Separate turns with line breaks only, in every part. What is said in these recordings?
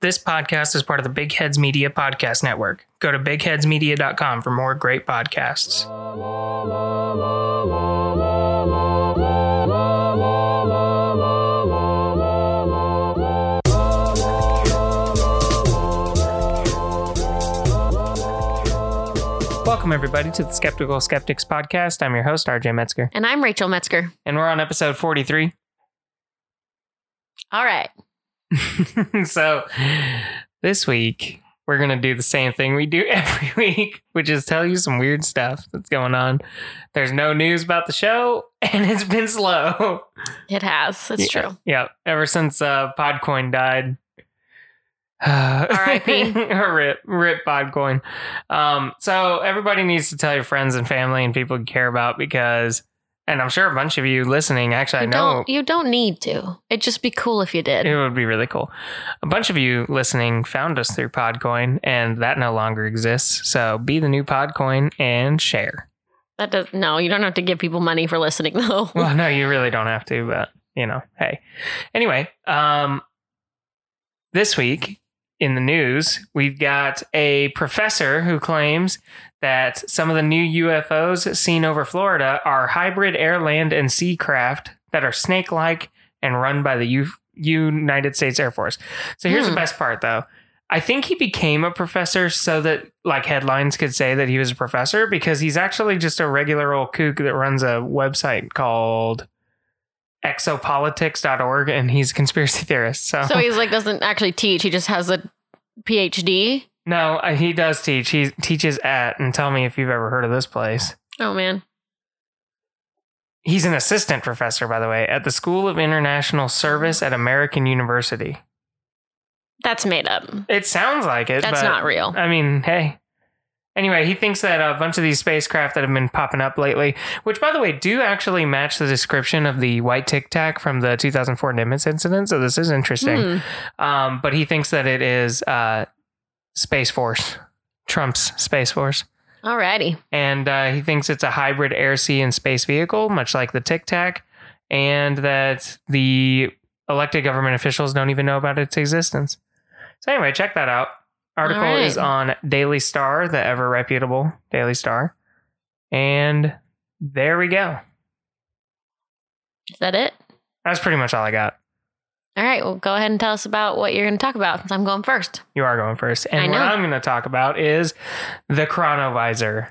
This podcast is part of the Big Heads Media Podcast Network. Go to bigheadsmedia.com for more great podcasts. Welcome, everybody, to the Skeptical Skeptics Podcast. I'm your host, RJ Metzger,
And I'm Rachel Metzger.
and we're on episode 43.
All right.
so this week we're gonna do the same thing we do every week, which is tell you some weird stuff that's going on. There's no news about the show, and it's been slow.
It has. It's true.
yeah, ever since uh, Podcoin died.
R.I.P..
rip, rip Podcoin. Um, so everybody needs to tell your friends and family and people you care about because, and I'm sure a bunch of you listening. Actually,
You
I know
don't you don't need to. It'd just be cool if you did.
It would be really cool. A bunch of you listening found us through Podcoin, and that no longer exists. So be the new Podcoin and share.
That does no, you don't have to give people money for listening though.
Well, no, you really don't have to, but you know, hey. Anyway, um, this week in the news, we've got a professor who claims that some of the new UFOs seen over Florida are hybrid air, land, and sea craft that are snake like and run by the U- United States Air Force. So here's the
Hmm.
best part, though. I think he became a professor so that like headlines could say that he was a professor because he's actually just a regular old kook that runs a website called exopolitics.org and he's a conspiracy theorist. So,
so he's like doesn't actually teach. He just has a PhD.
no, uh, he does teach. He teaches at and tell me if you've ever heard of this place.
Oh man.
He's an assistant professor by the way at the School of International Service at American University.
That's made up.
It sounds like it.
That's
but-
not real.
I mean, hey. Anyway, he thinks that a bunch of these spacecraft that have been popping up lately, which by the way do actually match the description of the white tic tac from the 2004 Nimitz incident, so this is interesting.
Hmm.
Um, but he thinks that it is uh, Space Force, Trump's Space Force.
Hmm. Alrighty.
And uh, he thinks it's a hybrid air, sea, and space vehicle, much like the tic tac, and that the elected government officials don't even know about its existence. So anyway, check that out. Article
All right.
is on Daily Star, the ever reputable Daily Star. And there we go.
Is that it?
That's pretty much all I got.
All right. Well go ahead and tell us about what you're gonna talk about since I'm going first.
You are going first. And
I
what
know.
I'm going to talk about is the chronovisor.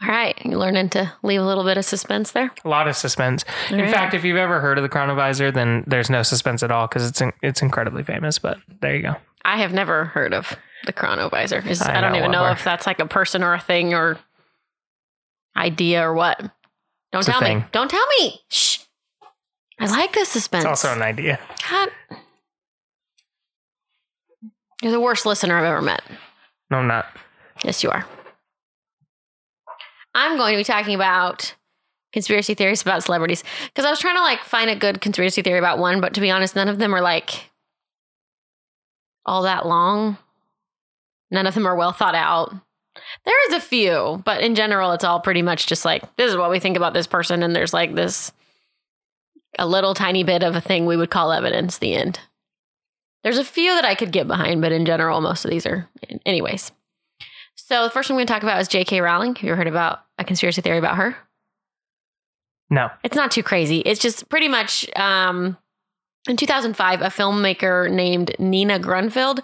All right. You're learning to leave a little bit of suspense there.
A lot of suspense.
All
In
right.
fact, if you've ever heard of the chronovisor, then there's no suspense at all because it's in, it's incredibly famous. But there you go.
I have never heard of the chronovisor. Is
I
I, don't
know
even know
of her.
if that's like a person or a thing or idea or what. Don't
It's a
tell me.
thing.
Don't tell me. Shh. I like this suspense.
It's also an idea.
God. You're the worst listener I've ever met.
No, I'm not.
Yes, you are. I'm going to be talking about conspiracy theories about celebrities because I was trying to like find a good conspiracy theory about one, but to be honest, none of them are like all that long. None of them are well thought out. There is a few, but in general, it's all pretty much just like this is what we think about this person, and there's like this a little tiny bit of a thing we would call evidence. The end. There's a few that I could get behind, but in general, most of these are, anyways. So the first one I'm going to talk about is J.K. Rowling. Have you ever heard about a conspiracy theory about her?
No.
It's not too crazy. It's just pretty much um, in 2005, a filmmaker named Nina Grunfeld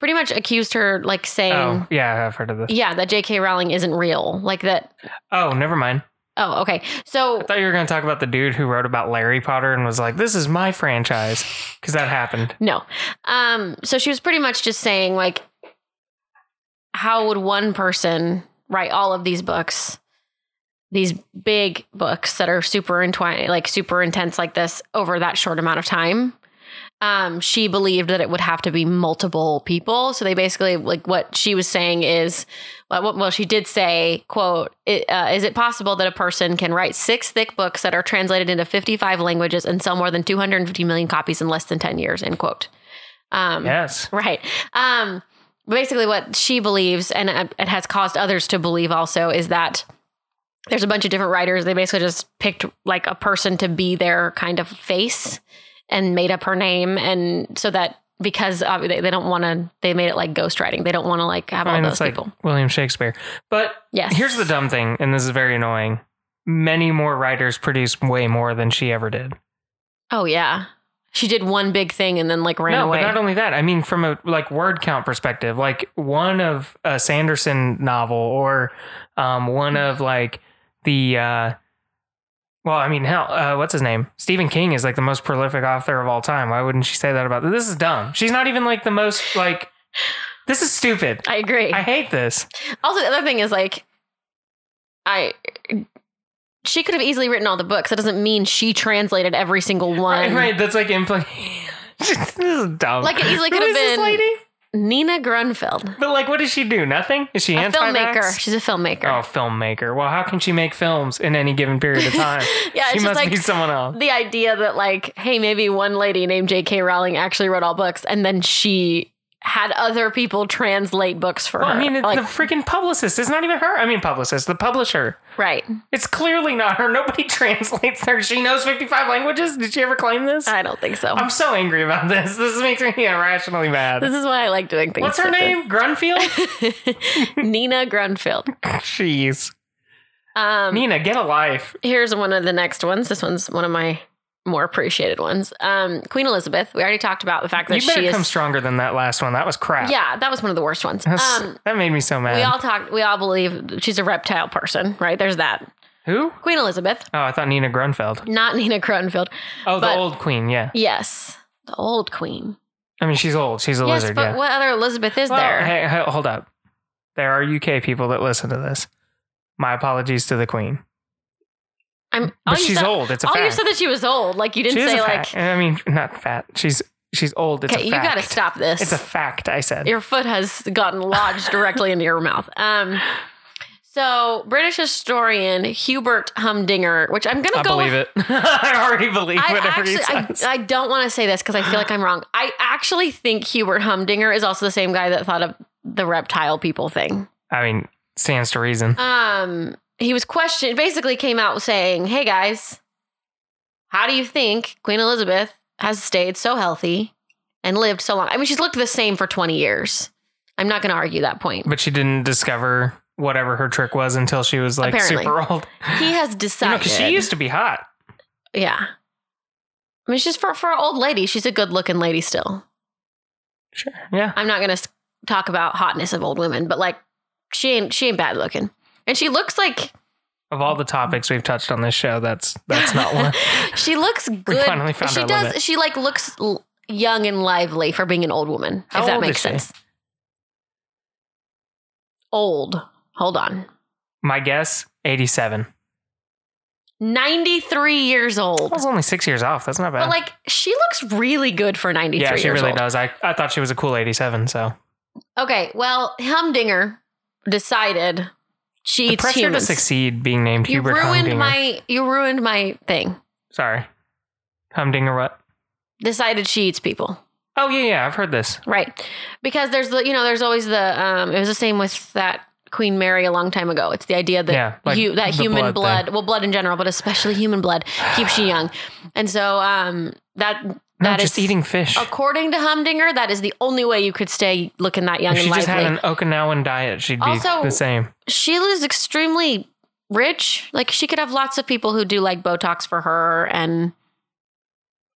pretty much accused her, like saying,
Oh, yeah, I've heard of this.
yeah, that J.K. Rowling isn't real. Like that.
Oh, never mind.
Oh, okay. So
I thought you were going to talk about the dude who wrote about Larry Potter and was like, "This is my franchise," because that happened.
No. Um, so she was pretty much just saying, like, how would one person write all of these books, these big books that are super entwined, like super intense, like this, over that short amount of time? Um, she believed that it would have to be multiple people. So they basically, like, what she was saying is, well, what- well she did say, quote, "I- uh, is it possible that a person can write six thick books that are translated into 55 languages and sell more than 250 million copies in less than 10 years, end quote. Um,
Yes.
Right. Um, basically, what she believes, and uh, it has caused others to believe also, is that there's a bunch of different writers. They basically just picked like a person to be their kind of face and made up her name and so that because uh, they, they don't want to they made it like ghostwriting they don't want to like have
I mean,
all
it's
those
like
people
William Shakespeare. But
yes
here's the dumb thing, and this is very annoying. Many more writers produce way more than she ever did.
oh yeah she did one big thing and then like ran
no,
away
but not only that. I mean, from a like word count perspective, like one of a Sanderson novel or um, one of like the uh, well, I mean, hell, uh, what's his name? Stephen King is like the most prolific author of all time. Why wouldn't she say that about this? Is dumb. She's not even like the most like. This is stupid.
i agree
I hate this.
also the other thing is like i she could have easily written all the books that doesn't mean she translated every single
Right,
one
right, that's like impl- this is dumb.
Like, it easily
Who
could have
is this
been-
lady?
nina grunfeld
But like, what does she do? Nothing. Is she
a
anti-vax?
filmmaker she's a filmmaker
Oh, filmmaker. Well, how can she make films in any given period of time?
yeah
Oh, she must
it's just like
be someone else.
the idea that like hey maybe one lady named jk rowling actually wrote all books and then she had other people translate books for
Well,
her
I mean, it-
like,
the freaking publicist. It's not even her. I mean, publicist, the publisher.
right
It's clearly not her. Nobody translates her. She knows 55 languages. Did she ever claim this?
i don't think so
I'm so angry about this. This makes me irrationally mad.
this is why i like doing things
What's her
like
name? Grunfield?
this. nina grunfeld
Jeez.
um
Nina, get a life.
here's one of the next ones this one's one of my more appreciated ones um queen elizabeth we already talked about the fact
You
that she
better
is
come stronger than that last one. That was crap.
yeah that was one of the worst ones
That's-
um
that made me so mad.
we all talked we all believe she's a reptile person right there's that
Who?
queen elizabeth
Oh, I thought Nina Grunfeld.
not nina grunfeld
Oh, the
But-
old queen. Yeah.
Yes, the old queen.
I mean, she's old. She's a
yes,
lizard.
but
yeah.
what other Elizabeth is
Well,
there?
Hey, hey, hold up. There are UK people that listen to this. My apologies to the queen.
I'm.
But
All Oh, you
she's
said,
old. It's a
all
fact.
you said that she was old. Like you
she
didn't
is
say
a
like.
fact. I mean, not fat. She's she's old. It's
Okay,
a
you
fact.
got to stop this.
It's a fact. I said.
Your foot has gotten lodged directly into your mouth. Um. So British historian Hubert Humdinger, which I'm gonna
I
go.
believe
with,
it. I already believe
I
whatever
actually,
he
I,
says.
I don't want to say this because I feel like I'm wrong. I actually think Hubert Humdinger is also the same guy that thought of the reptile people thing.
I, mean, stands to reason.
um he was questioned basically came out saying hey guys how do you think queen elizabeth has stayed so healthy and lived so long i mean she's looked the same for 20 years i'm not going to argue that point
But she didn't discover whatever her trick was until she was like
Apparently.
super old.
he has
You know,
decided
'cause she used to be hot.
yeah i mean she's for, for an old lady she's a good looking lady still
Sure. Yeah.
i'm not going to talk about hotness of old women but like she ain't she ain't bad looking and she looks like
Of all the topics we've touched on this show, that's that's not one.
she looks good.
finally found
she
our
does.
limit.
She like looks l- young and lively for being an old woman.
How
if that
old
makes
is she?
sense. Old. Hold on.
My guess, eighty-seven.
Ninety-three years old.
I was only six years off. That's not bad.
But like, she looks really good for ninety-three.
yeah, she
years
really
old.
does. I, I thought she was a cool 87, so.
Okay. Well, Humdinger decided she
The
eats
pressure
humans.
to succeed being named
you
Hubert
ruined
Humdinger.
my. You ruined my thing.
Sorry. Humdinger what?
Decided she eats people.
Oh, yeah, yeah, I've heard this.
Right. Because there's the you know, there's always the um it was the same with that Queen Mary a long time ago. It's the idea that
Yeah, like
you that
the
human
blood
blood, well blood in general, but especially human blood keeps you young. And so um that
No,
that is
just eating fish.
according to Humdinger, that is the only way you could stay looking that young
If she
and
just
lively.
had an Okinawan diet, she'd be
Also-
the same.
she was extremely rich. Like she could have lots of people who do like Botox for her and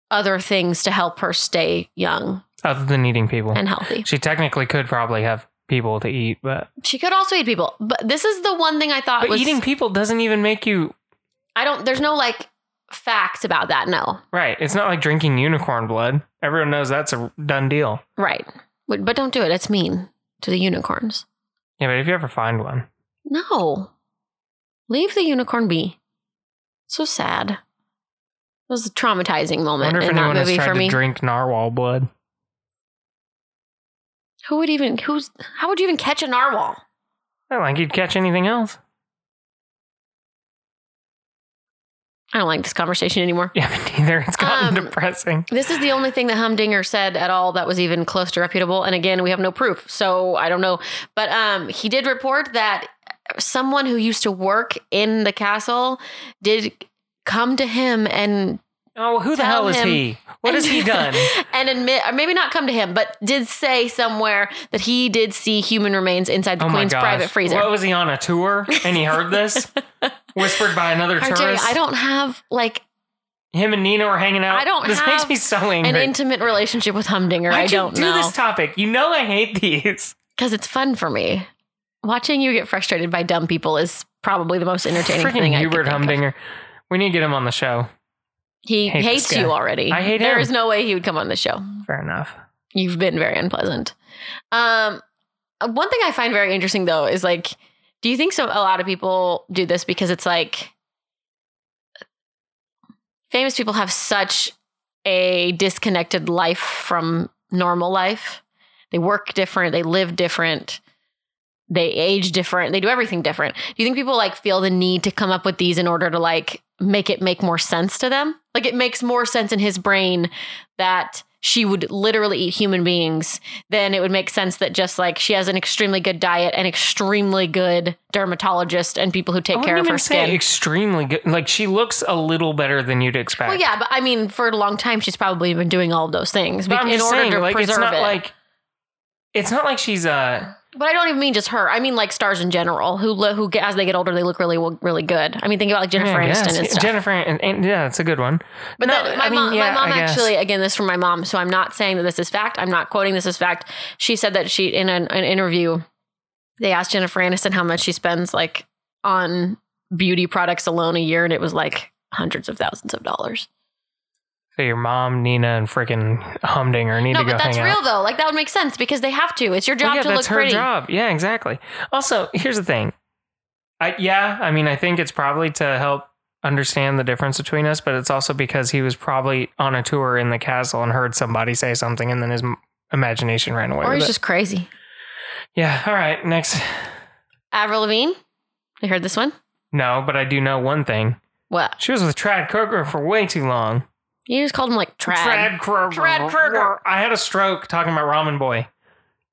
other things to help her stay young
Other than eating people.
and healthy.
she technically could probably have people to eat, but,
She could also eat people, but this is the one thing I thought
but
was
eating people doesn't even make you
I don't. There's no like facts about that. No,
right. It's not like drinking unicorn blood. Everyone knows that's a done deal.
right. But, but don't do it. It's mean to the unicorns.
Yeah, but if you ever find one,
No, leave the unicorn be. So sad. It was a traumatizing
I
moment
wonder if
in that
anyone has
movie
tried
for
to
me.
drink narwhal blood.
Who would even? Who's? How would you even catch a narwhal?
Not like you'd catch anything else.
I don't like this conversation anymore.
Yeah, me neither. It's gotten
Um,
depressing.
This is the only thing that Humdinger said at all that was even close to reputable. And again, we have no proof, so I don't know. But um, he did report that someone who used to work in the castle did come to him and
Oh, who the
Tell
hell is
him.
he? What has he done?
and admit, or maybe not come to him, but did say somewhere that he did see human remains inside the
Oh my
Queen's
gosh.
private freezer.
What was he on a tour and he heard this? Whispered by another
RJ,
tourist.
I don't have like
Him and Nina were hanging out.
I don't
This
have
makes me so angry.
an intimate relationship with Humdinger.
Why'd
I
you
don't
do
know
this topic? You know I hate these.
because it's fun for me. Watching you get frustrated by dumb people is probably the most entertaining
Freaking
thing. I could
Hubert
think of.
Humdinger. We need to get him on the show.
He
Hate this
hates
guy.
you already.
I hate
There
him.
is no way he would come on the show.
Fair enough.
You've been very unpleasant. Um, one thing I find very interesting though is like, do you think so? A lot of people do this because it's like famous people have such a disconnected life from normal life. They work different. They live different. They age different. They do everything different. Do you think people like feel the need to come up with these in order to like make it make more sense to them? Like it makes more sense in his brain that she would literally eat human beings then it would make sense that just like she has an extremely good diet and extremely good dermatologist and people who take
I
care
wouldn't
of
even
her
say
skin.
extremely good. Like she looks a little better than you'd expect.
Well, yeah, but I mean, for a long time, she's probably been doing all of those things
But
bec-
I'm
in
just
order
saying,
to
like,
preserve
it's not
it.
like it's not like she's uh
but I don't even mean just her. I mean like stars in general who lo- who get, as they get older, they look really really good. I mean, think about like Jennifer
yeah, I
Aniston
guess.
and stuff.
Jennifer and, and- yeah, that's a good one.
But
No,
then my
I mean,
mom,
yeah,
my mom
I guess.
actually, again, this is from my mom, so I'm not saying that this is fact. I'm not quoting this as fact. She said that she in an, an interview, they asked Jennifer Aniston how much she spends like on beauty products alone a year, and it was like hundreds of thousands of dollars.
So your mom, Nina, and freaking Humdinger need
No,
to go
but that's
hang
real
out.
though. Like that would make sense because they have to. It's your
Well,
job
yeah,
to
that's
look
her
pretty.
job. Yeah, exactly. Also, here's the thing. I yeah, I mean, I think it's probably to help understand the difference between us, but it's also because he was probably on a tour in the castle and heard somebody say something, and then his m- imagination ran away.
Or
with
he's
it.
just crazy.
yeah. All right, next.
Avril Lavigne. I heard this one.
No, but I do know one thing.
What?
She was with Trad Kroger for way too long.
You just called him like Trad.
Trad Kroger.
Trad Kroger.
I had a stroke talking about Ramen Boy.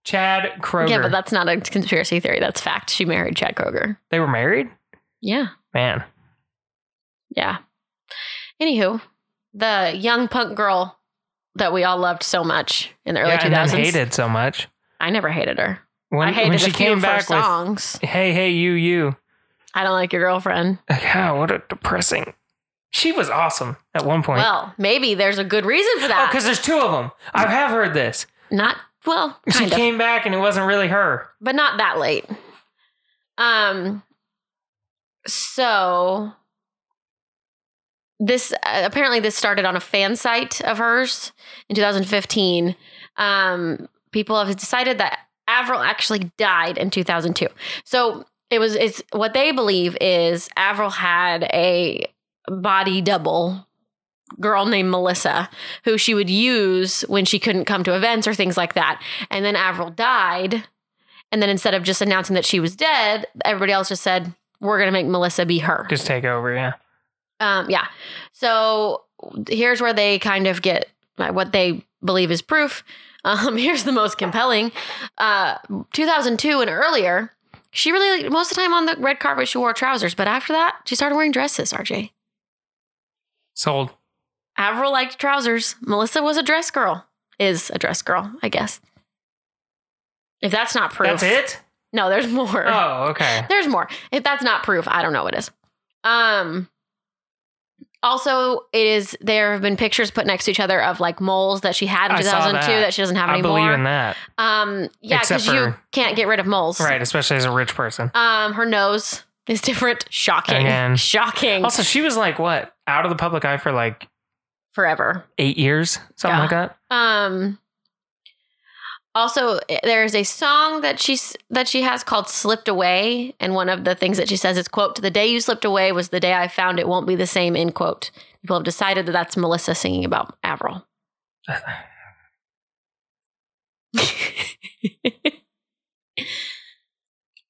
Chad Kroger.
Yeah, but that's not a conspiracy theory. That's fact. She married Chad Kroger.
they were married.
Yeah.
Man,
Yeah. Anywho, the young punk girl that we all loved so much in the early
yeah, and then
2000s.
hated so much
I never hated her.
when,
I hated
when
a
she
few
came
of her
back with
songs.
"Hey, hey, you, you."
I don't like your girlfriend.
Like, oh, what a depressing. She was awesome at one point.
Well, maybe there's a good reason for
oh,
that.
because there's two of them. I have heard this.
not well,
She
kind of,
came back and it wasn't really her.
but not that late. Um. So this uh, apparently this started on a fan site of hers in 2015 um, people have decided that avril actually died in 2002 so it was it's what they believe is avril had a body double girl named melissa who she would use when she couldn't come to events or things like that and then avril died and then instead of just announcing that she was dead everybody else just said we're going to make melissa be her
Just take over, yeah.
um, yeah. So here's where they kind of get uh, what they believe is proof. Um, here's the most compelling. Uh, 2002 and earlier, she really, most of the time on the red carpet, she wore trousers. But after that, she started wearing dresses, RJ.
Sold.
Avril liked trousers. Melissa was a dress girl, is a dress girl, I guess. If that's not proof.
That's it.
No, there's more.
Oh, okay.
There's more. If that's not proof, I don't know what is. Um also it is there have been pictures put next to each other of like moles that she had in
I saw
2002 that.
that.
she doesn't have
I
anymore.
believe in that.
Um yeah,
Except
cuz you
for-
can't get rid of moles.
Right, especially as a rich person.
Um her nose is different. Shocking.
Again.
Shocking.
Also, she was like what out of the public eye for like
Forever.
eight years, something
Yeah.
like that.
Um also eh, there is a song that she's that she has called Slipped Away and one of the things that she says is quote the day you slipped away was the day I found it won't be the same end quote. People have decided that that's Melissa singing about Avril.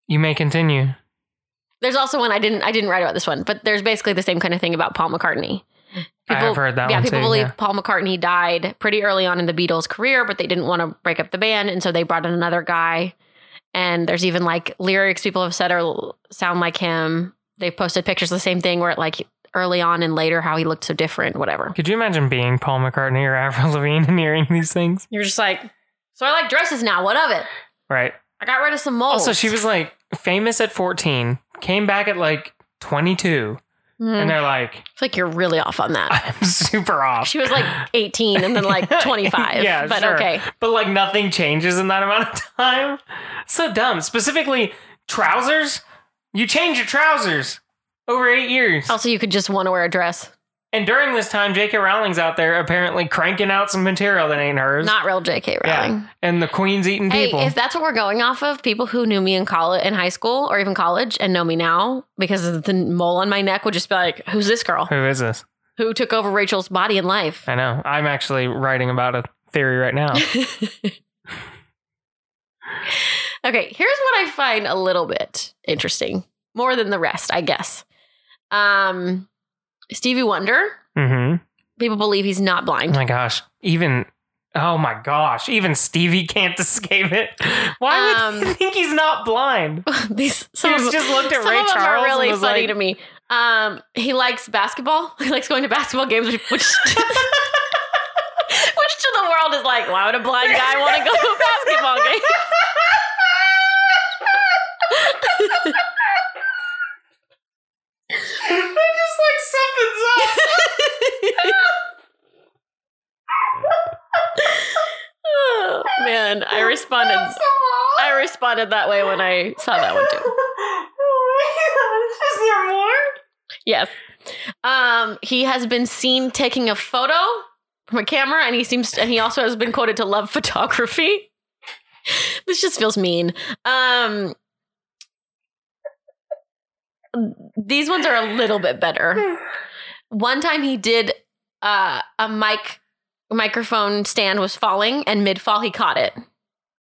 You may continue.
There's also one I didn't I didn't write about this one, but there's basically the same kind of thing about Paul McCartney.
I have heard that
yeah,
one
people
too.
believe
yeah.
Paul McCartney died pretty early on in the Beatles' career, but they didn't want to break up the band, and so they brought in another guy. And there's even like lyrics people have said are sound like him. They've posted pictures of the same thing where it like early on and later how he looked so different, whatever.
Could you imagine being Paul McCartney or Avril Lavigne and hearing these things?
You're just like, so I like dresses now. What of it?
Right.
I got rid of some molds.
Also, she was like famous at 14, came back at like 22,
Mhm.
and they're like,
I feel like you're really off on that.
I'm super off.
She was like 18 and then like 25.
Yeah,
but
sure.
okay.
but like nothing changes in that amount of time. So dumb. Specifically, trousers. You change your trousers over eight years.
Also, you could just want to wear a dress.
And during this time, J.K. Rowling's out there apparently cranking out some material that ain't hers.
Not real JK
Yeah.
Rowling.
and the queen's eating
Hey,
people.
if that's what we're going off of, people who knew me in college, in high school, or even college, and know me now because of the mole on my neck would just be like, "Who's this girl?
Who is this?
Who took over Rachel's body and life?"
I know. I'm actually writing about a theory right now.
okay, here's what I find a little bit interesting, more than the rest, I guess. Um, Stevie Wonder.
hmm
People believe he's not
Oh
blind.
my gosh. Even. Oh my gosh. Even Stevie can't escape it. Why would
Um,
you think he's not blind?
These
He
some of,
just looked at
some
Ray
of them
Charles
are really
and was
funny
like,
to me. Um, he likes basketball. He likes going to basketball games, which, which, which to the world is like, why would a blind guy want to go to a basketball game?
I'm just like something's up.
Oh, man, I responded. I responded that way when I saw that one too.
Oh Is there more?
Yes. Um, he has been seen taking a photo from a camera, and he seems, and he also has been quoted to love photography. This just feels mean. Um, these ones are a little bit better. One time he did uh, a mic microphone stand was falling, and mid fall he caught it,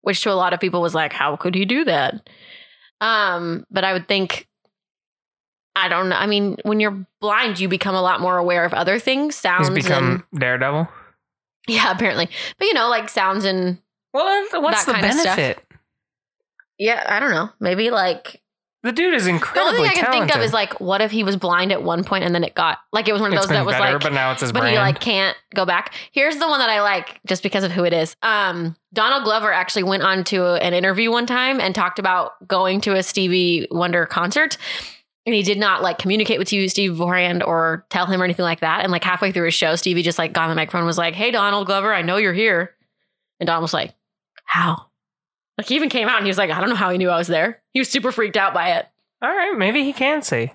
which to a lot of people was like, "How could he do that?" Um, but I would think I don't know. I mean, when you're blind, you become a lot more aware of other things, sounds.
He's become
and,
Daredevil.
yeah, apparently. But you know, like sounds and
Well, what's
That
the
kind of stuff.
benefit?
yeah, I don't know. Maybe like
The dude is
the only
incredibly
thing I can
talented.
think of is like, what if he was blind at one point and then it got like it was one of
it's
those
been
that was
better,
like,
but now it's his
but
brand.
he like can't go back. Here's the one that I like just because of who it is. Um, Donald Glover actually went on to an interview one time and talked about going to a Stevie Wonder concert. And he did not like communicate with you, Steve beforehand, or tell him or anything like that. And like halfway through his show, Stevie just like got on the microphone and was like, Hey Donald Glover, I know you're here. And Don was like, How? Like he even came out and he was like, I don't know how he knew I was there. He was super freaked out by it.
All right, maybe he can see.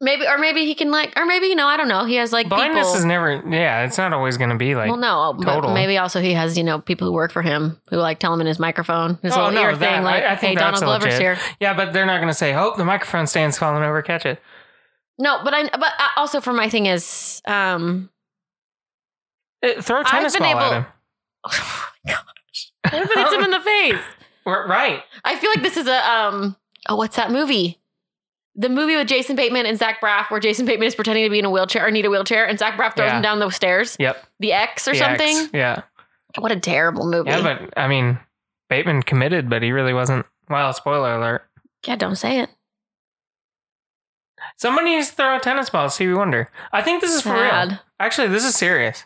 Maybe or maybe he can like or maybe, you know, I don't know. He has like
Blindness
people
is never. Yeah, it's not always going to be like.
well, no, oh,
total.
but maybe also he has you know people who work for him who like tell him in his microphone his
Oh,
little
no,
ear
that-
thing like,
I- I
"Hey,
think that's
Donald Glover's
legit.
here."
yeah, but they're not going to say, "Oh, the microphone stand's falling over, catch it."
No, but I but I- also for my thing is um
Uh, throw a
I've
tennis
been
ball
able-
at him.
oh my gosh, It hits him in the face.
R- right.
I feel like this is a um oh what's that movie? The movie with Jason Bateman and Zach Braff, where Jason Bateman is pretending to be in a wheelchair or need a wheelchair, and Zach Braff throws
Yeah.
him down the stairs.
Yep.
The X or
The X.
something.
Yeah.
What a terrible movie.
Yeah, but I mean, Bateman committed, but he really wasn't. Well, spoiler alert.
yeah, don't say it.
Somebody needs to throw a tennis ball at Stevie Wonder. I think this is for real.
Sad.
Actually, this is serious.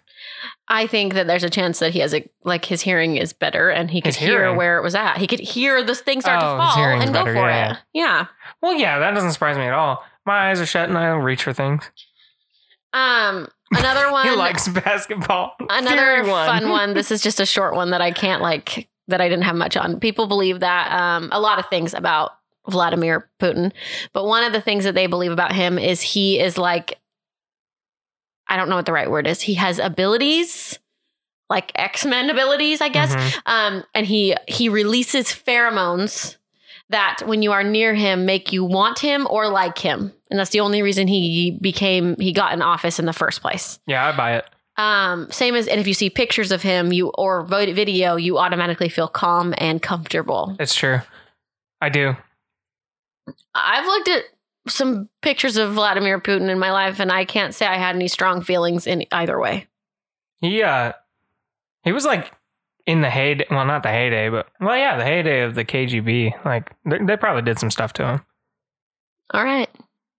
I think that there's a chance that he has a like his hearing is better and he could
His
hear
hearing?
where it was at. He could hear this thing
Oh,
start to
his
fall
hearing's
and go
better,
for
yeah.
it. Yeah.
Well, yeah, that doesn't surprise me at all. My eyes are shut and I don't reach for things.
Um another one
he likes basketball.
another
Theory one.
fun one. This is just a short one that I can't like that I didn't have much on. People believe that um a lot of things about Vladimir Putin, but one of the things that they believe about him is he is like I don't know what the right word is. He has abilities like X-Men abilities, I guess.
Mhm.
um, and he he releases pheromones that when you are near him make you want him or like him and that's the only reason he became he got in office in the first place
Yeah, I buy it.
um, same as and if you see pictures of him you or vo- video you automatically feel calm and comfortable
It's true. I do.
i've looked at some pictures of vladimir putin in my life and i can't say i had any strong feelings in either way
He uh he was like in the heyday well not the heyday, but well yeah, the heyday of the KGB. Like they, they probably did some stuff to him.
all right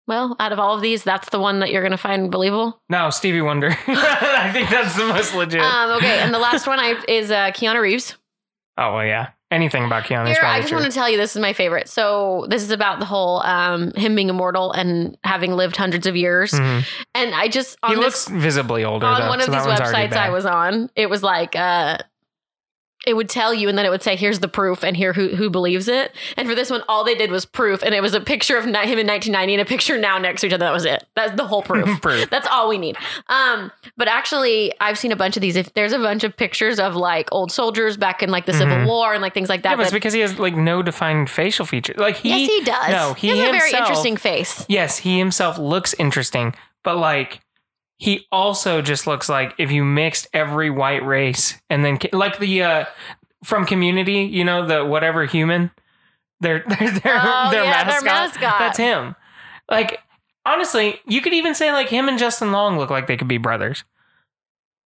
Well, out of all of these, that's the one that you're going to find believable.
No, Stevie Wonder. I think that's the most legit.
Um, okay, and the last one I is uh, Keanu Reeves.
oh well, yeah. Anything about Keanu is
Here, I
probably
just
true.
want to tell you this is my favorite. So this is about the whole um, him being immortal and having lived hundreds of years.
Mhm.
And I just on
He looks
this
visibly older.
on
though,
one of
so
these
that one's already
websites I
bad.
was on, it was like uh it would tell you and then it would say here's the proof and here who who believes it. And for this one all they did was proof and it was a picture of ni- him in 1990 and a picture now next to each other. That was it. That's the whole proof.
Proof.
That's all we need. Um, but actually, I've seen a bunch of these. If there's a bunch of pictures of like old soldiers back in like the
Mhm.
Civil War and like things like
Yeah,
that.
but it's
that-
because he has like no defined facial features. Like he,
yes, he does.
no,
he,
he
has a very
himself-
interesting face.
yes, he himself looks interesting, but like he also just looks like if you mixed every white race and then like the uh from Community, you know the whatever human, their their their,
Oh,
their,
yeah, their
mascot,
mascot.
That's him. Like honestly, you could even say like him and Justin Long look like they could be brothers.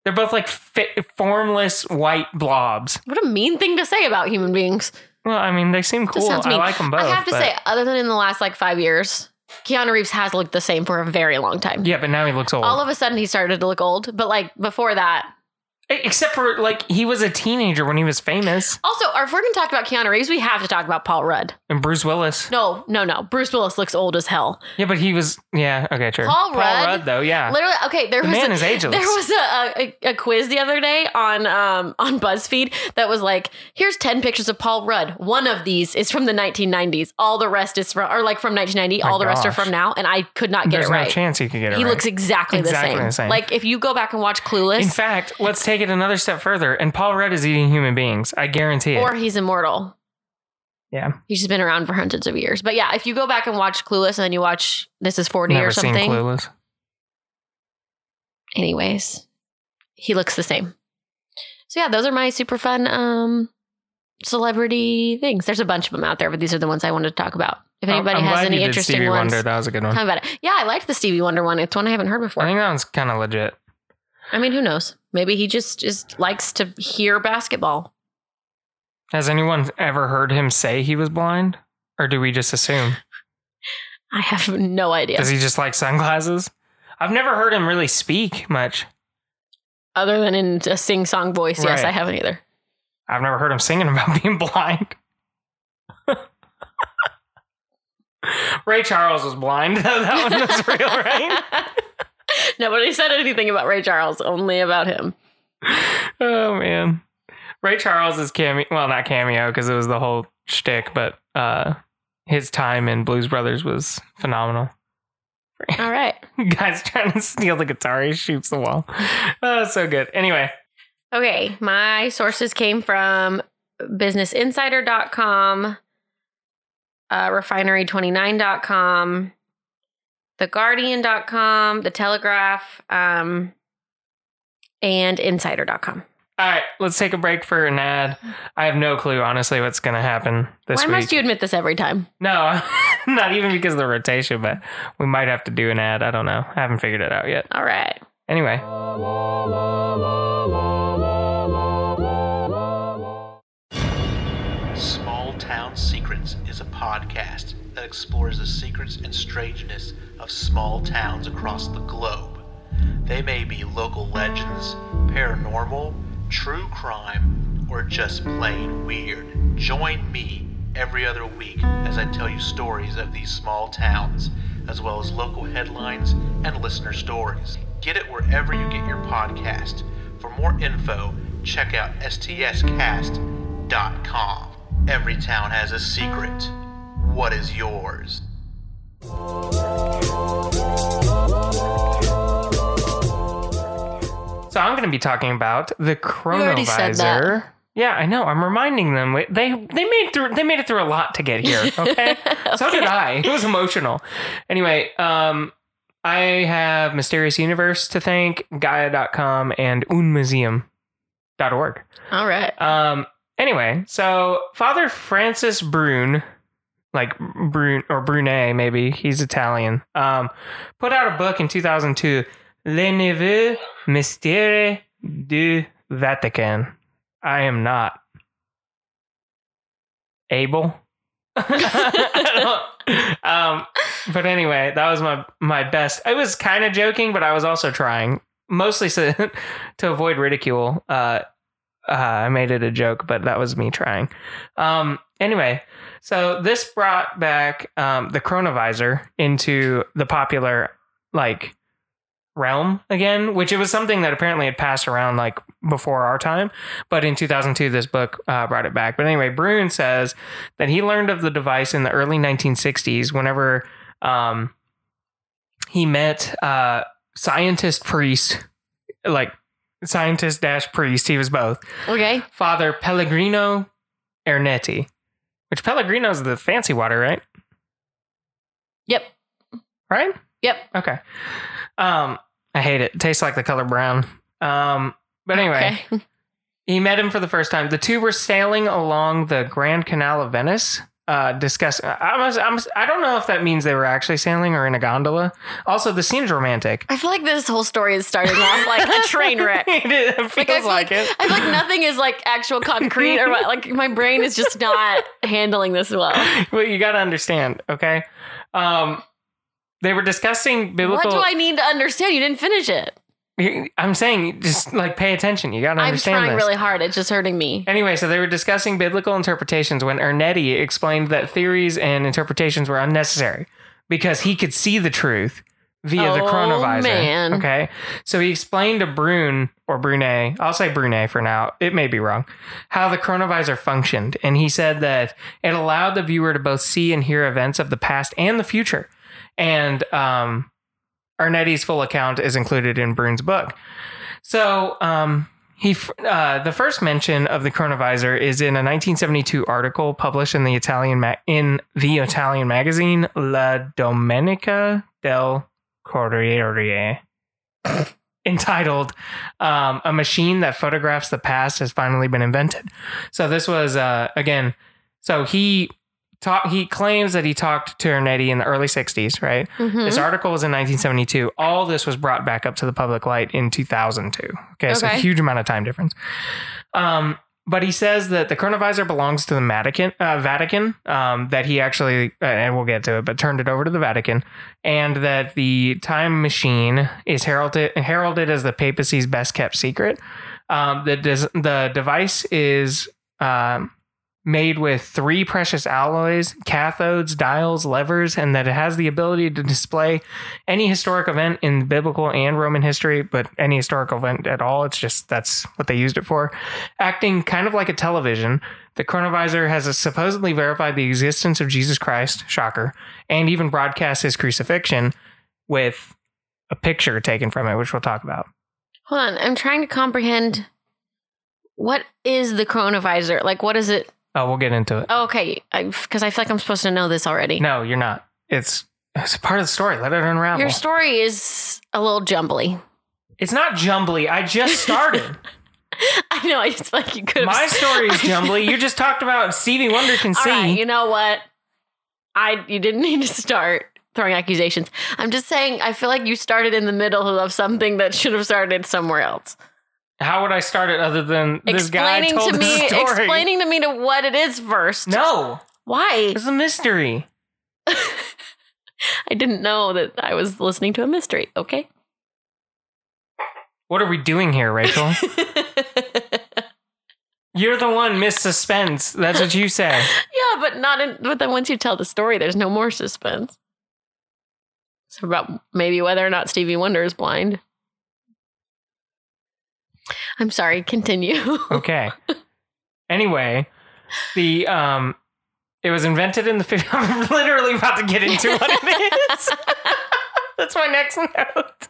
They're both like fit, formless white blobs.
What a mean thing to say about human beings.
Well, I mean, they seem cool.
sounds
I
mean.
like them both.
I have to
but-
say, other than in the last like five years, Keanu Reeves has looked the same for a very long time.
yeah, but now he looks old.
All of a sudden, he started to look old. But like before that,
E-, Except for like he was a teenager when he was famous,
also, if we're going to talk about Keanu Reeves, we have to talk about Paul Rudd.
and Bruce Willis.
No, no, no. Bruce Willis looks old as hell.
Yeah, but he was. Yeah, okay, sure.
Paul Rudd?
though, yeah.
Literally, okay. There
Ah. The
was
man
a,
is ageless.
There was a, a a quiz the other day on um on BuzzFeed that was like, here's ten pictures of Paul Rudd. One of these is from the 1990s. All the rest is from, or like from 1990.
My
all the rest are
gosh.
from now, and I could not get
There's
it right.
no chance he could get it.
he
right.
looks exactly,
Exactly
the, same.
the same.
Like if you go back and watch Clueless,
In fact, let's take it another step further. And Paul Rudd is eating human beings. I guarantee it.
or he's immortal.
yeah,
He's just been around for hundreds of years. But yeah, if you go back and watch Clueless and then you watch This Is 40
never
or
seen
something,
Clueless.
anyways, he looks the same. So yeah, those are my super fun um celebrity things. There's a bunch of them out there, but these are the ones I wanted to talk about. If
I'm-
anybody
I'm
has
glad you
any
did
interesting
Stevie
ones,
Wonder. That was a good one.
tell me about it. Yeah, I liked the Stevie Wonder one. It's one I haven't heard before.
I think that one's kind of legit.
I mean, who knows? Maybe he just just likes to hear basketball.
Has anyone ever heard him say he was blind, or do we just assume?
I have no idea.
Does he just like sunglasses? I've never heard him really speak much.
Other than in a sing song voice, yes,
Right.
I haven't either.
I've never heard him singing about being blind. Ray Charles was blind. that one was real, right?
Nobody said anything about Ray Charles, only about him.
Oh man, Ray Charles is cameo. Well, not cameo because it was the whole shtick, but uh, his time in Blues Brothers was phenomenal.
All right.
Guys trying to steal the guitar, he shoots the wall. Oh, so good. Anyway,
Okay. My sources came from businessinsider.com, uh, refinery29.com, theguardian.com, the telegraph, um, and insider.com.
all right, let's take a break for an ad. I have no clue, honestly, what's going to happen this
Why
week.
must you admit this every time?
No, not even because of the rotation, but we might have to do an ad. I don't know. I haven't figured it out yet.
All right.
Anyway.
Small Town Secrets is a podcast that explores the secrets and strangeness of small towns across the globe. They may be local legends, paranormal, true crime, or just plain weird. Join me every other week as I tell you stories of these small towns, as well as local headlines and listener stories. Get it wherever you get your podcast. For more info, check out stscast.com. Every town has a secret. What is yours?
So I'm going to be talking about the
already said that.
Chronovisor. Yeah, I know. I'm reminding them Wait, they they made through they made it through a lot to get here. Okay, so did I. It was emotional. Anyway, um, I have Mysterious Universe to thank, Gaia.com, and Unmuseum.org.
All right.
Um. Anyway, so Father Francis Brune, like Brune or Brune, maybe he's Italian. Um, put out a book in 2002, Les Neveux Mystères du Vatican. I am not able. I don't- um, But anyway, that was my my best. I was kind of joking, but I was also trying mostly so, to avoid ridicule. Uh, uh, I made it a joke, but that was me trying. Um, anyway, so this brought back um, the chronovisor into the popular like realm again, which it was something that apparently had passed around like before our time. But in 2002, this book uh, brought it back. But anyway, Bruin says that he learned of the device in the early 1960s whenever um, he met uh, scientist priest, like scientist dash priest. He was both
Okay.
Father Pellegrino Ernetti, which Pellegrino's the fancy water, right?
Yep.
Right?
Yep.
Okay. Um, I hate it. it tastes like the color brown. Um, but anyway.
Okay.
He met him for the first time. The two were sailing along the Grand Canal of Venice. Uh, discuss. I was. I'm. I don't know if that means they were actually sailing or in a gondola. Also, the scene's romantic.
I feel like this whole story is starting off like a train wreck.
it feels
Like, I
like,
feel
it.
I feel like nothing is like actual concrete or what- like my brain is just not handling this well.
well, you got to understand. Okay. Um, they were discussing biblical.
What do I need to understand? You didn't finish it.
I- am saying, just like pay attention. You got to
I'm
understand
trying
this.
really hard. It's just hurting me.
Anyway, so they were discussing biblical interpretations when Ernetti explained that theories and interpretations were unnecessary because he could see the truth via the
Oh,
chronovisor.
man.
Okay. So he explained to Brune or Brune, I'll say Brune for now, it may be wrong, how the chronovisor functioned. And he said that it allowed the viewer to both see and hear events of the past and the future. And um, Arnetti's full account is included in Brune's book. So um, he f- uh, the first mention of the chronovisor is in a 1972 article published in the Italian ma- in the Italian magazine La Domenica del Corriere, entitled um, "A Machine That Photographs the Past Has Finally Been Invented." So this was uh, again. So he ta- he claims that he talked to Ernetti in the early 60s, right?
Mhm.
This article was in 1972. All this was brought back up to the public light in 2002. Okay, so
Okay.
huge amount of time difference. Um, but he says that the chronovisor belongs to the Vatican. Uh, Vatican um, that he actually, uh, and we'll get to it, but turned it over to the Vatican, and that the time machine is heralded heralded as the papacy's best kept secret. Um, the des- the device is. Um, made with three precious alloys, cathodes, dials, levers, and that it has the ability to display any historic event in biblical and Roman history, but any historical event at all. It's just that's what they used it for. Acting kind of like a television, the chronovisor has supposedly verified the existence of Jesus Christ, shocker, and even broadcast his crucifixion with a picture taken from it, which we'll talk about.
Hold on. I'm trying to comprehend what is the chronovisor? Like, what is it?
Oh, we'll get into it.
Oh, okay. Because I, feel like I'm supposed to know this already.
No, you're not. It's it's part of the story. Let it unravel.
Your story is a little jumbly.
It's not jumbly. I just started.
I know. I just feel like you could have.
My story is jumbly. You just talked about Stevie Wonder can
All
sing.
right, you know what? I you didn't need to start throwing accusations. I'm just saying I feel like you started in the middle of something that should have started somewhere else.
How would I start it other than this guy
Explaining
told
to
the
me
story?
explaining to me to what it is first.
No,
Why?
it's a mystery.
I didn't know that I was listening to a mystery, okay?
What are we doing here, Rachel?
yeah,
You're the one, Miss Suspense. That's what you said.
but not in but then once you tell the story, there's no more suspense. It's about maybe whether or not Stevie Wonder is blind. I'm sorry, continue.
Okay. Anyway, the um, it was invented in the 50s. I'm literally about to get into what it is. That's my next note.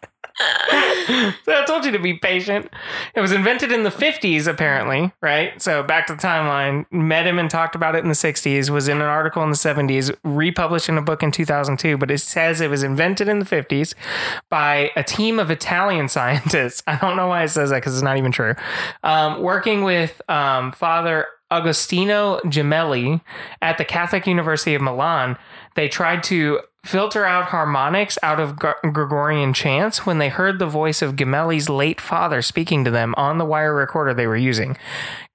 so I told you to be patient. It was invented in the 50s, apparently, right? So back to the timeline. Met him and talked about it in the 60s, was in an article in the 70s, republished in a book in 2002, but it says it was invented in the 50s by a team of Italian scientists. I don't know why it says that because it's not even true. Um, working with um, Father Agostino Gemelli at the Catholic University of Milan, they tried to filter out harmonics out of Gr- Gregorian chants when they heard the voice of Gemelli's late father speaking to them on the wire recorder they were using.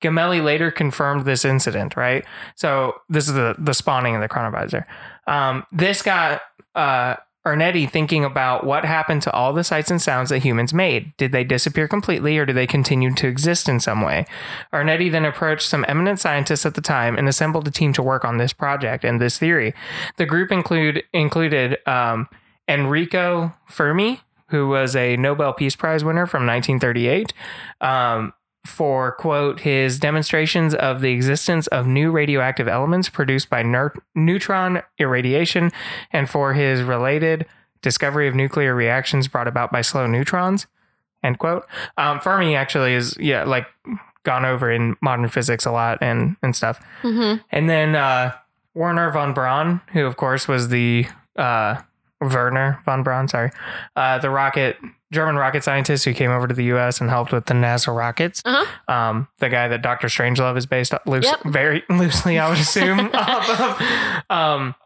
Gemelli later confirmed this incident, right? So this is the, the spawning of the chronovisor. Um, this got uh, Ernetti thinking about what happened to all the sights and sounds that humans made. Did they disappear completely or do they continue to exist in some way? Arnetti then approached some eminent scientists at the time and assembled a team to work on this project and this theory. The group include included um, Enrico Fermi, who was a Nobel Peace Prize winner from 1938. Um, for quote his demonstrations of the existence of new radioactive elements produced by ner- neutron irradiation and for his related discovery of nuclear reactions brought about by slow neutrons end quote um, fermi actually is yeah like gone over in modern physics a lot and and stuff
Mm-hmm.
and then uh, Werner von Braun, who of course was the uh, Werner von Braun, sorry, uh, the rocket German rocket scientist who came over to the U.S. and helped with the NASA rockets.
Uh-huh.
Um, the guy that Doctor Strangelove is based on, loose,
Yep.
very loosely, I would assume. off of. Um,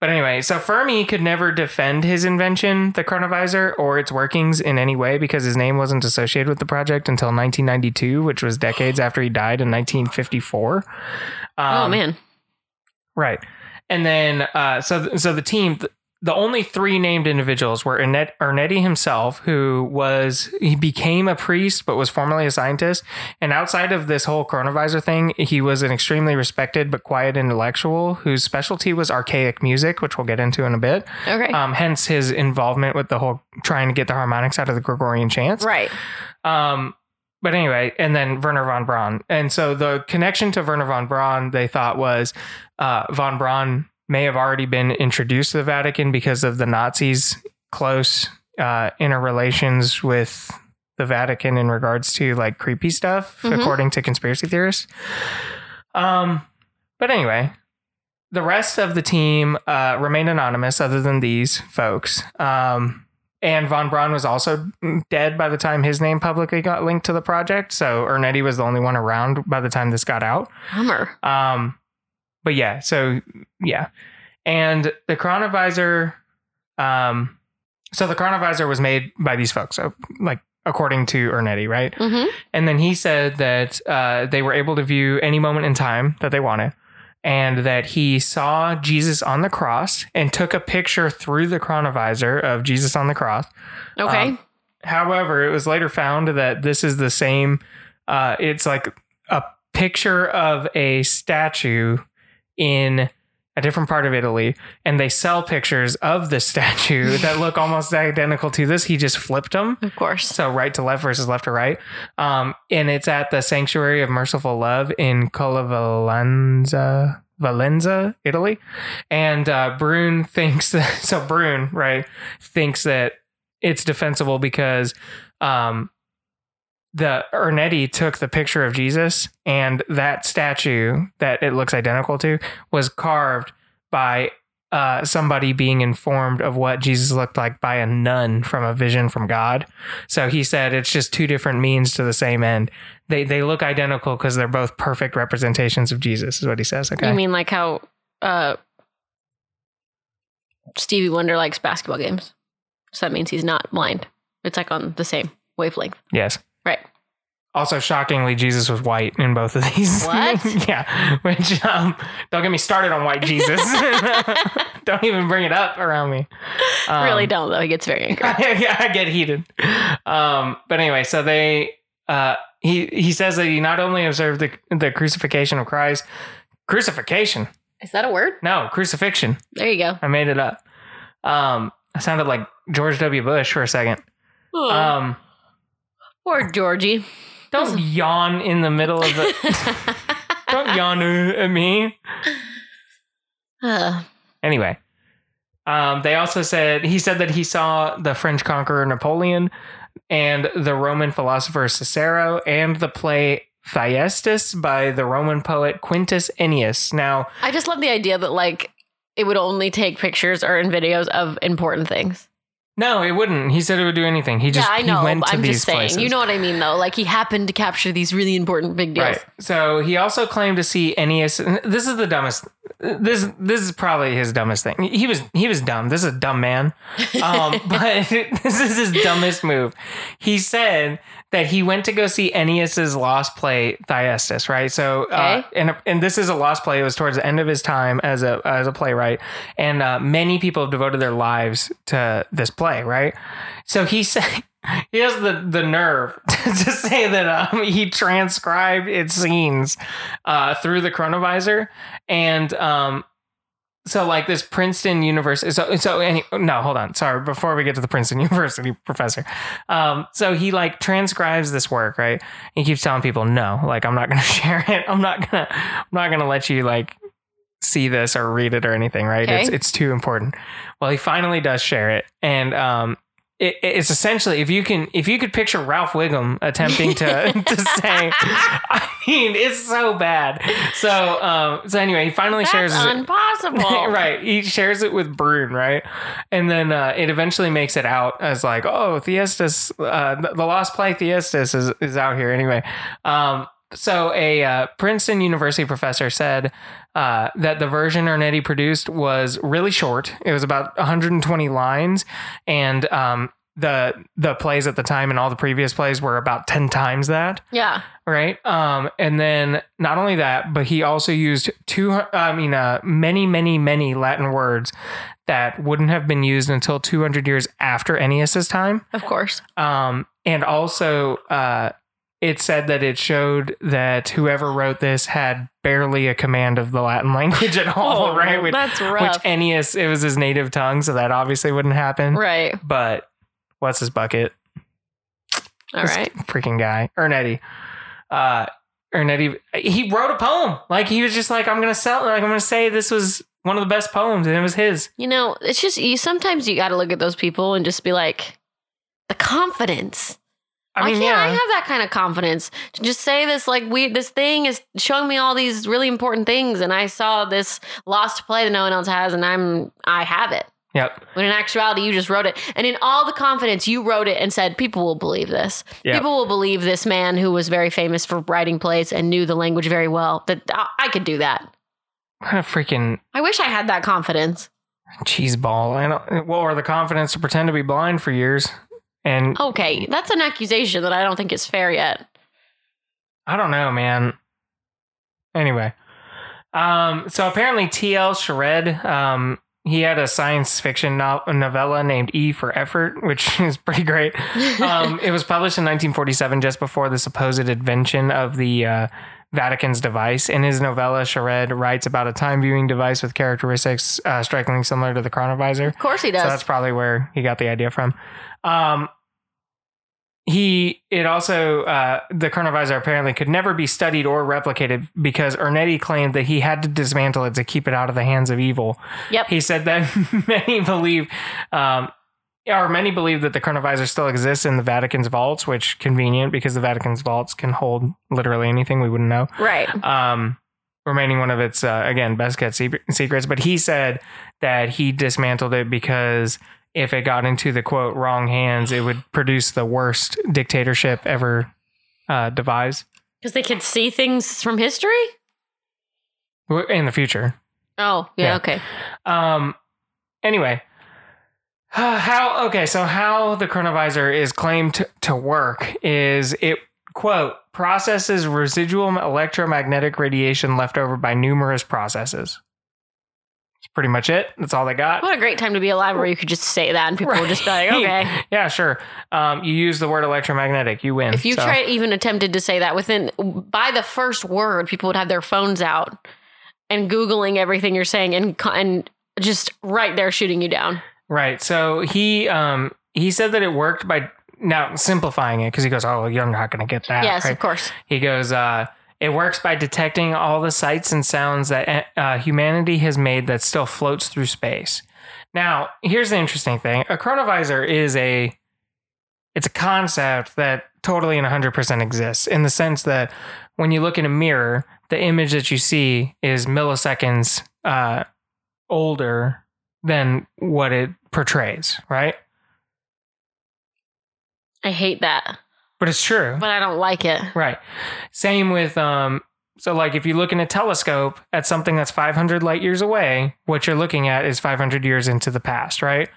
but anyway, so Fermi could never defend his invention, the chronovisor, or its workings in any way because his name wasn't associated with the project until 1992, which was decades after he died in 1954.
oh
Um,
man.
Right. And then, uh, so so the team, th- the only three named individuals were Ernet, Ernetti himself, who was he became a priest but was formerly a scientist. And outside of this whole coronavisor thing, he was an extremely respected but quiet intellectual whose specialty was archaic music, which we'll get into in a bit.
Okay.
Um, hence his involvement with the whole trying to get the harmonics out of the Gregorian chants.
right.
Um, but anyway, and then Werner von Braun. And so the connection to Werner von Braun, they thought was uh, von Braun may have already been introduced to the Vatican because of the Nazis' close uh, interrelations with the Vatican in regards to like creepy stuff,
Mhm.
according to conspiracy theorists. Um, but anyway, the rest of the team uh, remained anonymous, other than these folks. Um, and von Braun was also dead by the time his name publicly got linked to the project. So Ernetti was the only one around by the time this got out.
Hummer.
Um, but yeah, so yeah, and the chronovisor, um, so the chronovisor was made by these folks, so like according to Ernetti, right?
Mm-hmm.
And then he said that uh, they were able to view any moment in time that they wanted, and that he saw Jesus on the cross and took a picture through the chronovisor of Jesus on the cross.
Okay.
Um, However, it was later found that this is the same. Uh, it's like a picture of a statue in a different part of Italy, and they sell pictures of the statue that look almost identical to this. He just flipped them.
of course.
So right to left versus left to right. Um, and it's at the Sanctuary of Merciful Love in Colavalenza, Valenza, Italy. And uh, Brune thinks that, so Brune, right, thinks that it's defensible because um, the Ernetti took the picture of Jesus and that statue that it looks identical to was carved by uh, somebody being informed of what Jesus looked like by a nun from a vision from God. So he said it's just two different means to the same end. They they look identical because they're both perfect representations of Jesus, is what he says. Okay.
You mean like how uh, Stevie Wonder likes basketball games? So that means he's not blind. It's like on the same wavelength.
yes.
Right.
Also, shockingly, Jesus was white in both of these.
What?
yeah. Which um, don't get me started on white Jesus. don't even bring it up around me. Um,
really don't though. He gets very angry.
yeah, I get heated. Um, but anyway, so they uh, he he says that he not only observed the the crucifixion of Christ, crucifixion,
Is that a word?
no crucifixion.
There you go.
I made it up. Um, I sounded like George W. Bush for a second.
Oh.
Um,
Poor Georgie. Hmm.
don't yawn in the middle of the. don't yawn uh, at me.
Uh,
Anyway, um, they also said he said that he saw the French conqueror Napoleon and the Roman philosopher Cicero and the play Thyestes by the Roman poet Quintus Ennius. Now,
I just love the idea that like it would only take pictures or in videos of important things.
no, it wouldn't. He said it would do anything. He just
yeah, I know.
He went to
I'm
these
just saying.
places.
You know what I mean though. Like he happened to capture these really important big deals.
Right. So he also claimed to see Ennius. This is the dumbest. This this is probably his dumbest thing. He was he was dumb. This is a dumb man. Um, but this is his dumbest move. He said that he went to go see Ennius's lost play Thyestes, right? So, uh,
Okay.
and and this is a lost play. It was towards the end of his time as a as a playwright, and uh, many people have devoted their lives to this play, right? So he said. He has the, the nerve to say that um, he transcribed its scenes uh, through the chronovisor, and um, so like this Princeton University. So so any, no, hold on. Sorry, before we get to the Princeton University professor. Um, so he like transcribes this work, right? He keeps telling people, no, like I'm not gonna share it. I'm not gonna I'm not gonna let you like see this or read it or anything, right?
Okay.
It's it's too important. Well, he finally does share it, and um. It, it's essentially if you can if you could picture Ralph Wiggum attempting to to say I mean it's so bad so um so anyway he finally shares
That's
it.
impossible.
right. He shares it with Brune, right? And then uh, it eventually makes it out as like, oh, Theestus, uh, the the lost play Theestus is, is out here anyway. Um, so a uh, Princeton University professor said uh, that the version Ernetti produced was really short. It was about 120 lines, and um, the the plays at the time and all the previous plays were about 10 times that
Yeah.
right? Um, and then not only that, but he also used two, I mean, uh, many, many, many Latin words that wouldn't have been used until 200 years after Ennius's time.
Of course.
Um, and also, uh, it said that it showed that whoever wrote this had barely a command of the Latin language at all, right? Which,
Oh, That's
which
rough.
Ennius, it was his native tongue, so that obviously wouldn't happen.
right.
But what's his bucket?
All
This
right.
Freaking guy. Ernetti. Uh Ernetti he wrote a poem. Like he was just like, I'm gonna sell like I'm gonna say this was one of the best poems, and it was his.
You know, it's just you sometimes you got to look at those people and just be like, the confidence.
I mean,
Why can't I
yeah.
have that kind of confidence to just say this like we this thing is showing me all these really important things and I saw this lost play that no one else has and I'm I have it.
Yep.
When in actuality you just wrote it. And in all the confidence you wrote it and said people will believe this.
Yeah.
People will believe this man who was very famous for writing plays and knew the language very well that I, I could do that.
What a freaking
I wish I had that confidence.
cheese ball. And uh, well, or the confidence to pretend to be blind for years. And
Okay, that's an accusation that I don't think is fair yet.
I don't know, man. Anyway. Um, so apparently T.L. Shared, um, he had a science fiction no- novella named E for Effort, which is pretty great. um, it was published in 1947, just before the supposed invention of the uh, Vatican's device. In his novella, Shared writes about a time viewing device with characteristics uh, strikingly similar to the chronovisor.
of course he does.
So that's probably where he got the idea from. Um, he it also uh, the chronovisor apparently could never be studied or replicated because Ernetti claimed that he had to dismantle it to keep it out of the hands of evil.
Yep.
He said that many believe, um, or many believe that the chronovisor still exists in the Vatican's vaults, which convenient because the Vatican's vaults can hold literally anything we wouldn't know
right.
um, remaining one of its uh, again best kept secret- secrets. But he said that he dismantled it because if it got into the quote wrong hands, it would produce the worst dictatorship ever uh, devised
Because they could see things from history?
w- in the future.
Oh, yeah,
Yeah.
okay.
Um, anyway. How okay, so how the chronovisor is claimed to, to work is it quote processes residual electromagnetic radiation left over by numerous processes. That's pretty much it. That's all they got.
What a great time to be alive where you could just say that and people would just be like,
Right.
okay.
Yeah, sure. Um, you use the word electromagnetic, you win.
If you
So,
tried even attempted to say that within by the first word, people would have their phones out and googling everything you're saying and co- and just right there shooting you down.
right. So he um he said that it worked by now simplifying it because he goes, oh, you're not going to get that.
yes,
right?
of course.
He goes, uh, it works by detecting all the sights and sounds that uh, humanity has made that still floats through space. Now, here's the interesting thing: a chronovisor is a, it's a concept that totally and 100% exists in the sense that when you look in a mirror, the image that you see is milliseconds uh, older than what it portrays, right?
I hate that,
But it's true.
but I don't like it.
Right. Same with um so like if you look in a telescope at something that's 500 light years away, what you're looking at is 500 years into the past, right?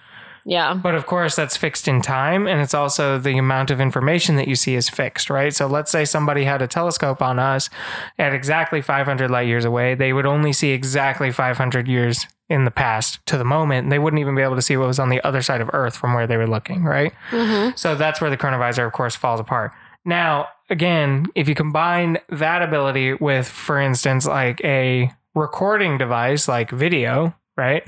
Yeah.
But of course, that's fixed in time, and it's also the amount of information that you see is fixed, right? So let's say somebody had a telescope on us at exactly 500 light years away, they would only see exactly 500 years in the past to the moment, and they wouldn't even be able to see what was on the other side of Earth from where they were looking, right?
Mm-hmm.
So that's where the chronovisor, of course, falls apart. Now, again, if you combine that ability with, for instance, like a recording device like video, right?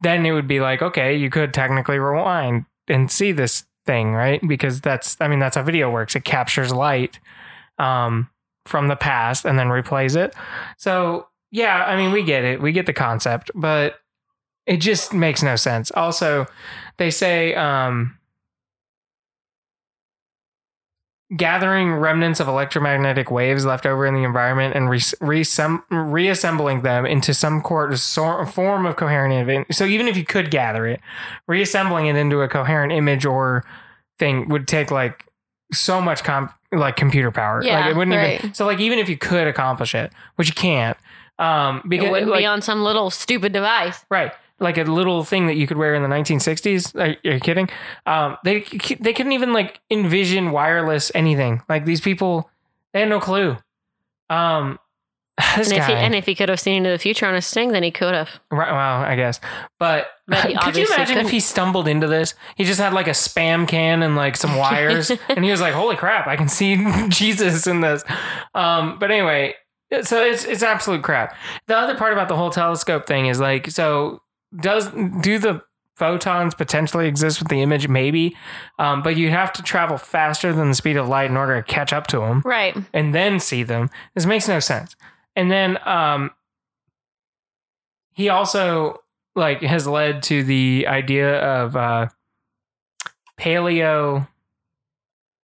Then it would be like, okay, you could technically rewind and see this thing, right? Because that's, I mean, that's how video works. It captures light um, from the past and then replays it. So, yeah, I mean, we get it. We get the concept, but it just makes no sense. Also, they say, um, gathering remnants of electromagnetic waves left over in the environment and re- reassem- reassembling them into some court- sor- form of coherent event. So even if you could gather it, reassembling it into a coherent image or thing would take like so much comp- like computer power.
Yeah,
like it wouldn't even.
right.
So like even if you could accomplish it, which you can't, um, because
It wouldn't
like,
be on some little stupid device.
Right. Like a little thing that you could wear in the 1960s. Are, are you kidding? Um, they they couldn't even like envision wireless anything. Like these people, they had no clue. Um, this
And
guy.
if, he, and if he could have seen into the future on a sting, then he could have.
right, well, I guess. But,
But he
could you
obviously
imagine if
couldn't.
he stumbled into this? He just had like a spam can and like some wires, and he was like, "Holy crap! I can see Jesus in this." Um, but anyway, so it's it's absolute crap. The other part about the whole telescope thing is like, so does do the photons potentially exist with the image? Maybe, um, but you have to travel faster than the speed of light in order to catch up to them
Right.
and then see them. This makes no sense. And then um he also like has led to the idea of uh paleo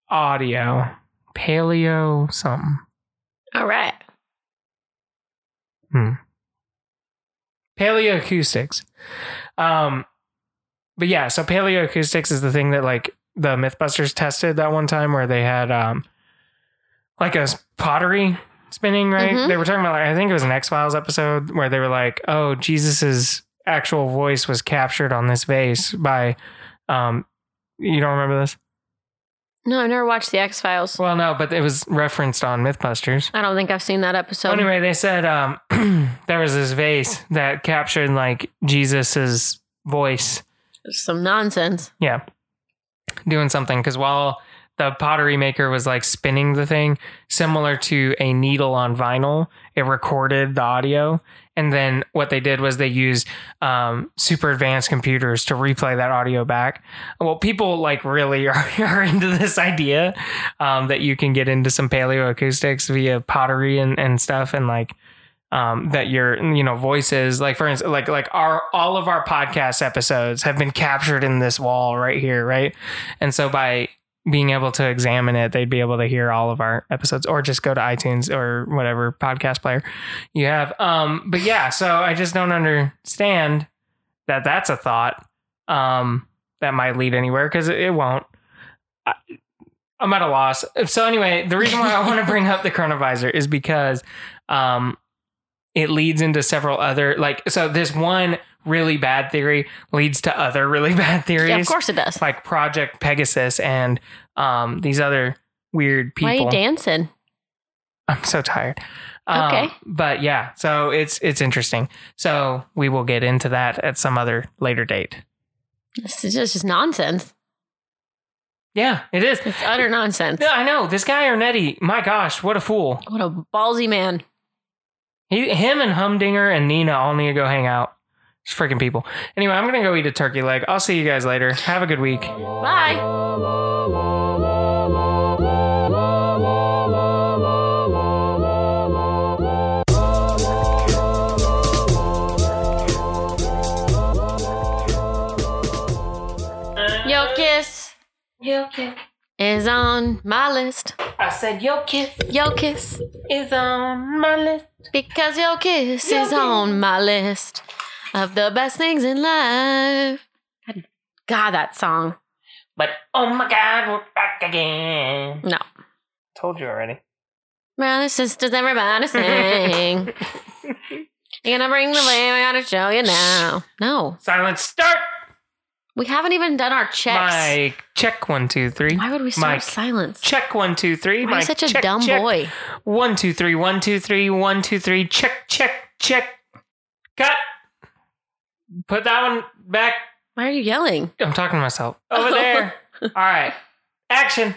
audio. Paleo something.
All right.
Paleoacoustics. Um but yeah, so paleoacoustics is the thing that like the Mythbusters tested that one time where they had um like a s- pottery spinning, right?
Mhm.
They were talking about like I think it was an X Files episode where they were like, "Oh, Jesus's actual voice was captured on this vase by." Um, you don't remember this?
No, I never watched the X Files.
Well, no, but it was referenced on MythBusters.
I don't think I've seen that episode.
So anyway, they said um, there was this vase that captured like Jesus's voice
Some nonsense.
Yeah. Doing something because while the pottery maker was like spinning the thing, similar to a needle on vinyl, it recorded the audio. And then what they did was they used um, super advanced computers to replay that audio back. Well, people like really are, are into this idea um, that you can get into some paleoacoustics via pottery and, and stuff and like um, that your you know voices like for instance like like our all of our podcast episodes have been captured in this wall right here right and so by being able to examine it they'd be able to hear all of our episodes or just go to itunes or whatever podcast player you have um but yeah so i just don't understand that that's a thought um that might lead anywhere because it, it won't I, i'm at a loss so anyway the reason why i want to bring up the chronovisor is because um it leads into several other like so this one really bad theory leads to other really bad theories
Yeah, of course it does.
like project pegasus and um these other weird people
Why are you dancing?
i'm so tired Um,
Okay.
but yeah so it's it's interesting so we will get into that at some other later date
This is just, just nonsense.
yeah it is
It's utter nonsense.
no, i know this guy arnetti my gosh what a fool
What a ballsy man.
He, him and Humdinger and Nina all need to go hang out. It's freaking people. Anyway, I'm gonna go eat a turkey leg. I'll see you guys later. Have a good week.
Bye. Yo kiss. Yo kiss. Is on my list.
I said your kiss
Yo kiss.
is on my list.
Because your kiss is on my list of the best things in life. God, God, that song.
But oh my god, we're back again.
No.
Told you already.
Brothers, sisters, everybody sing. You're gonna bring the wave, I gotta show you now. No.
Silence start!
We haven't even done our checks.
Mike, check one, two, three.
Why would we start
Mike,
silence?
Check one, two, three.
Why are you
Mike,
such a
check,
dumb
check.
boy?
One, two, three, one, two, three, one, two, three. Check, check, check. Cut. Put that one back.
Why are you yelling?
I'm talking to myself. Over there. All right. Action.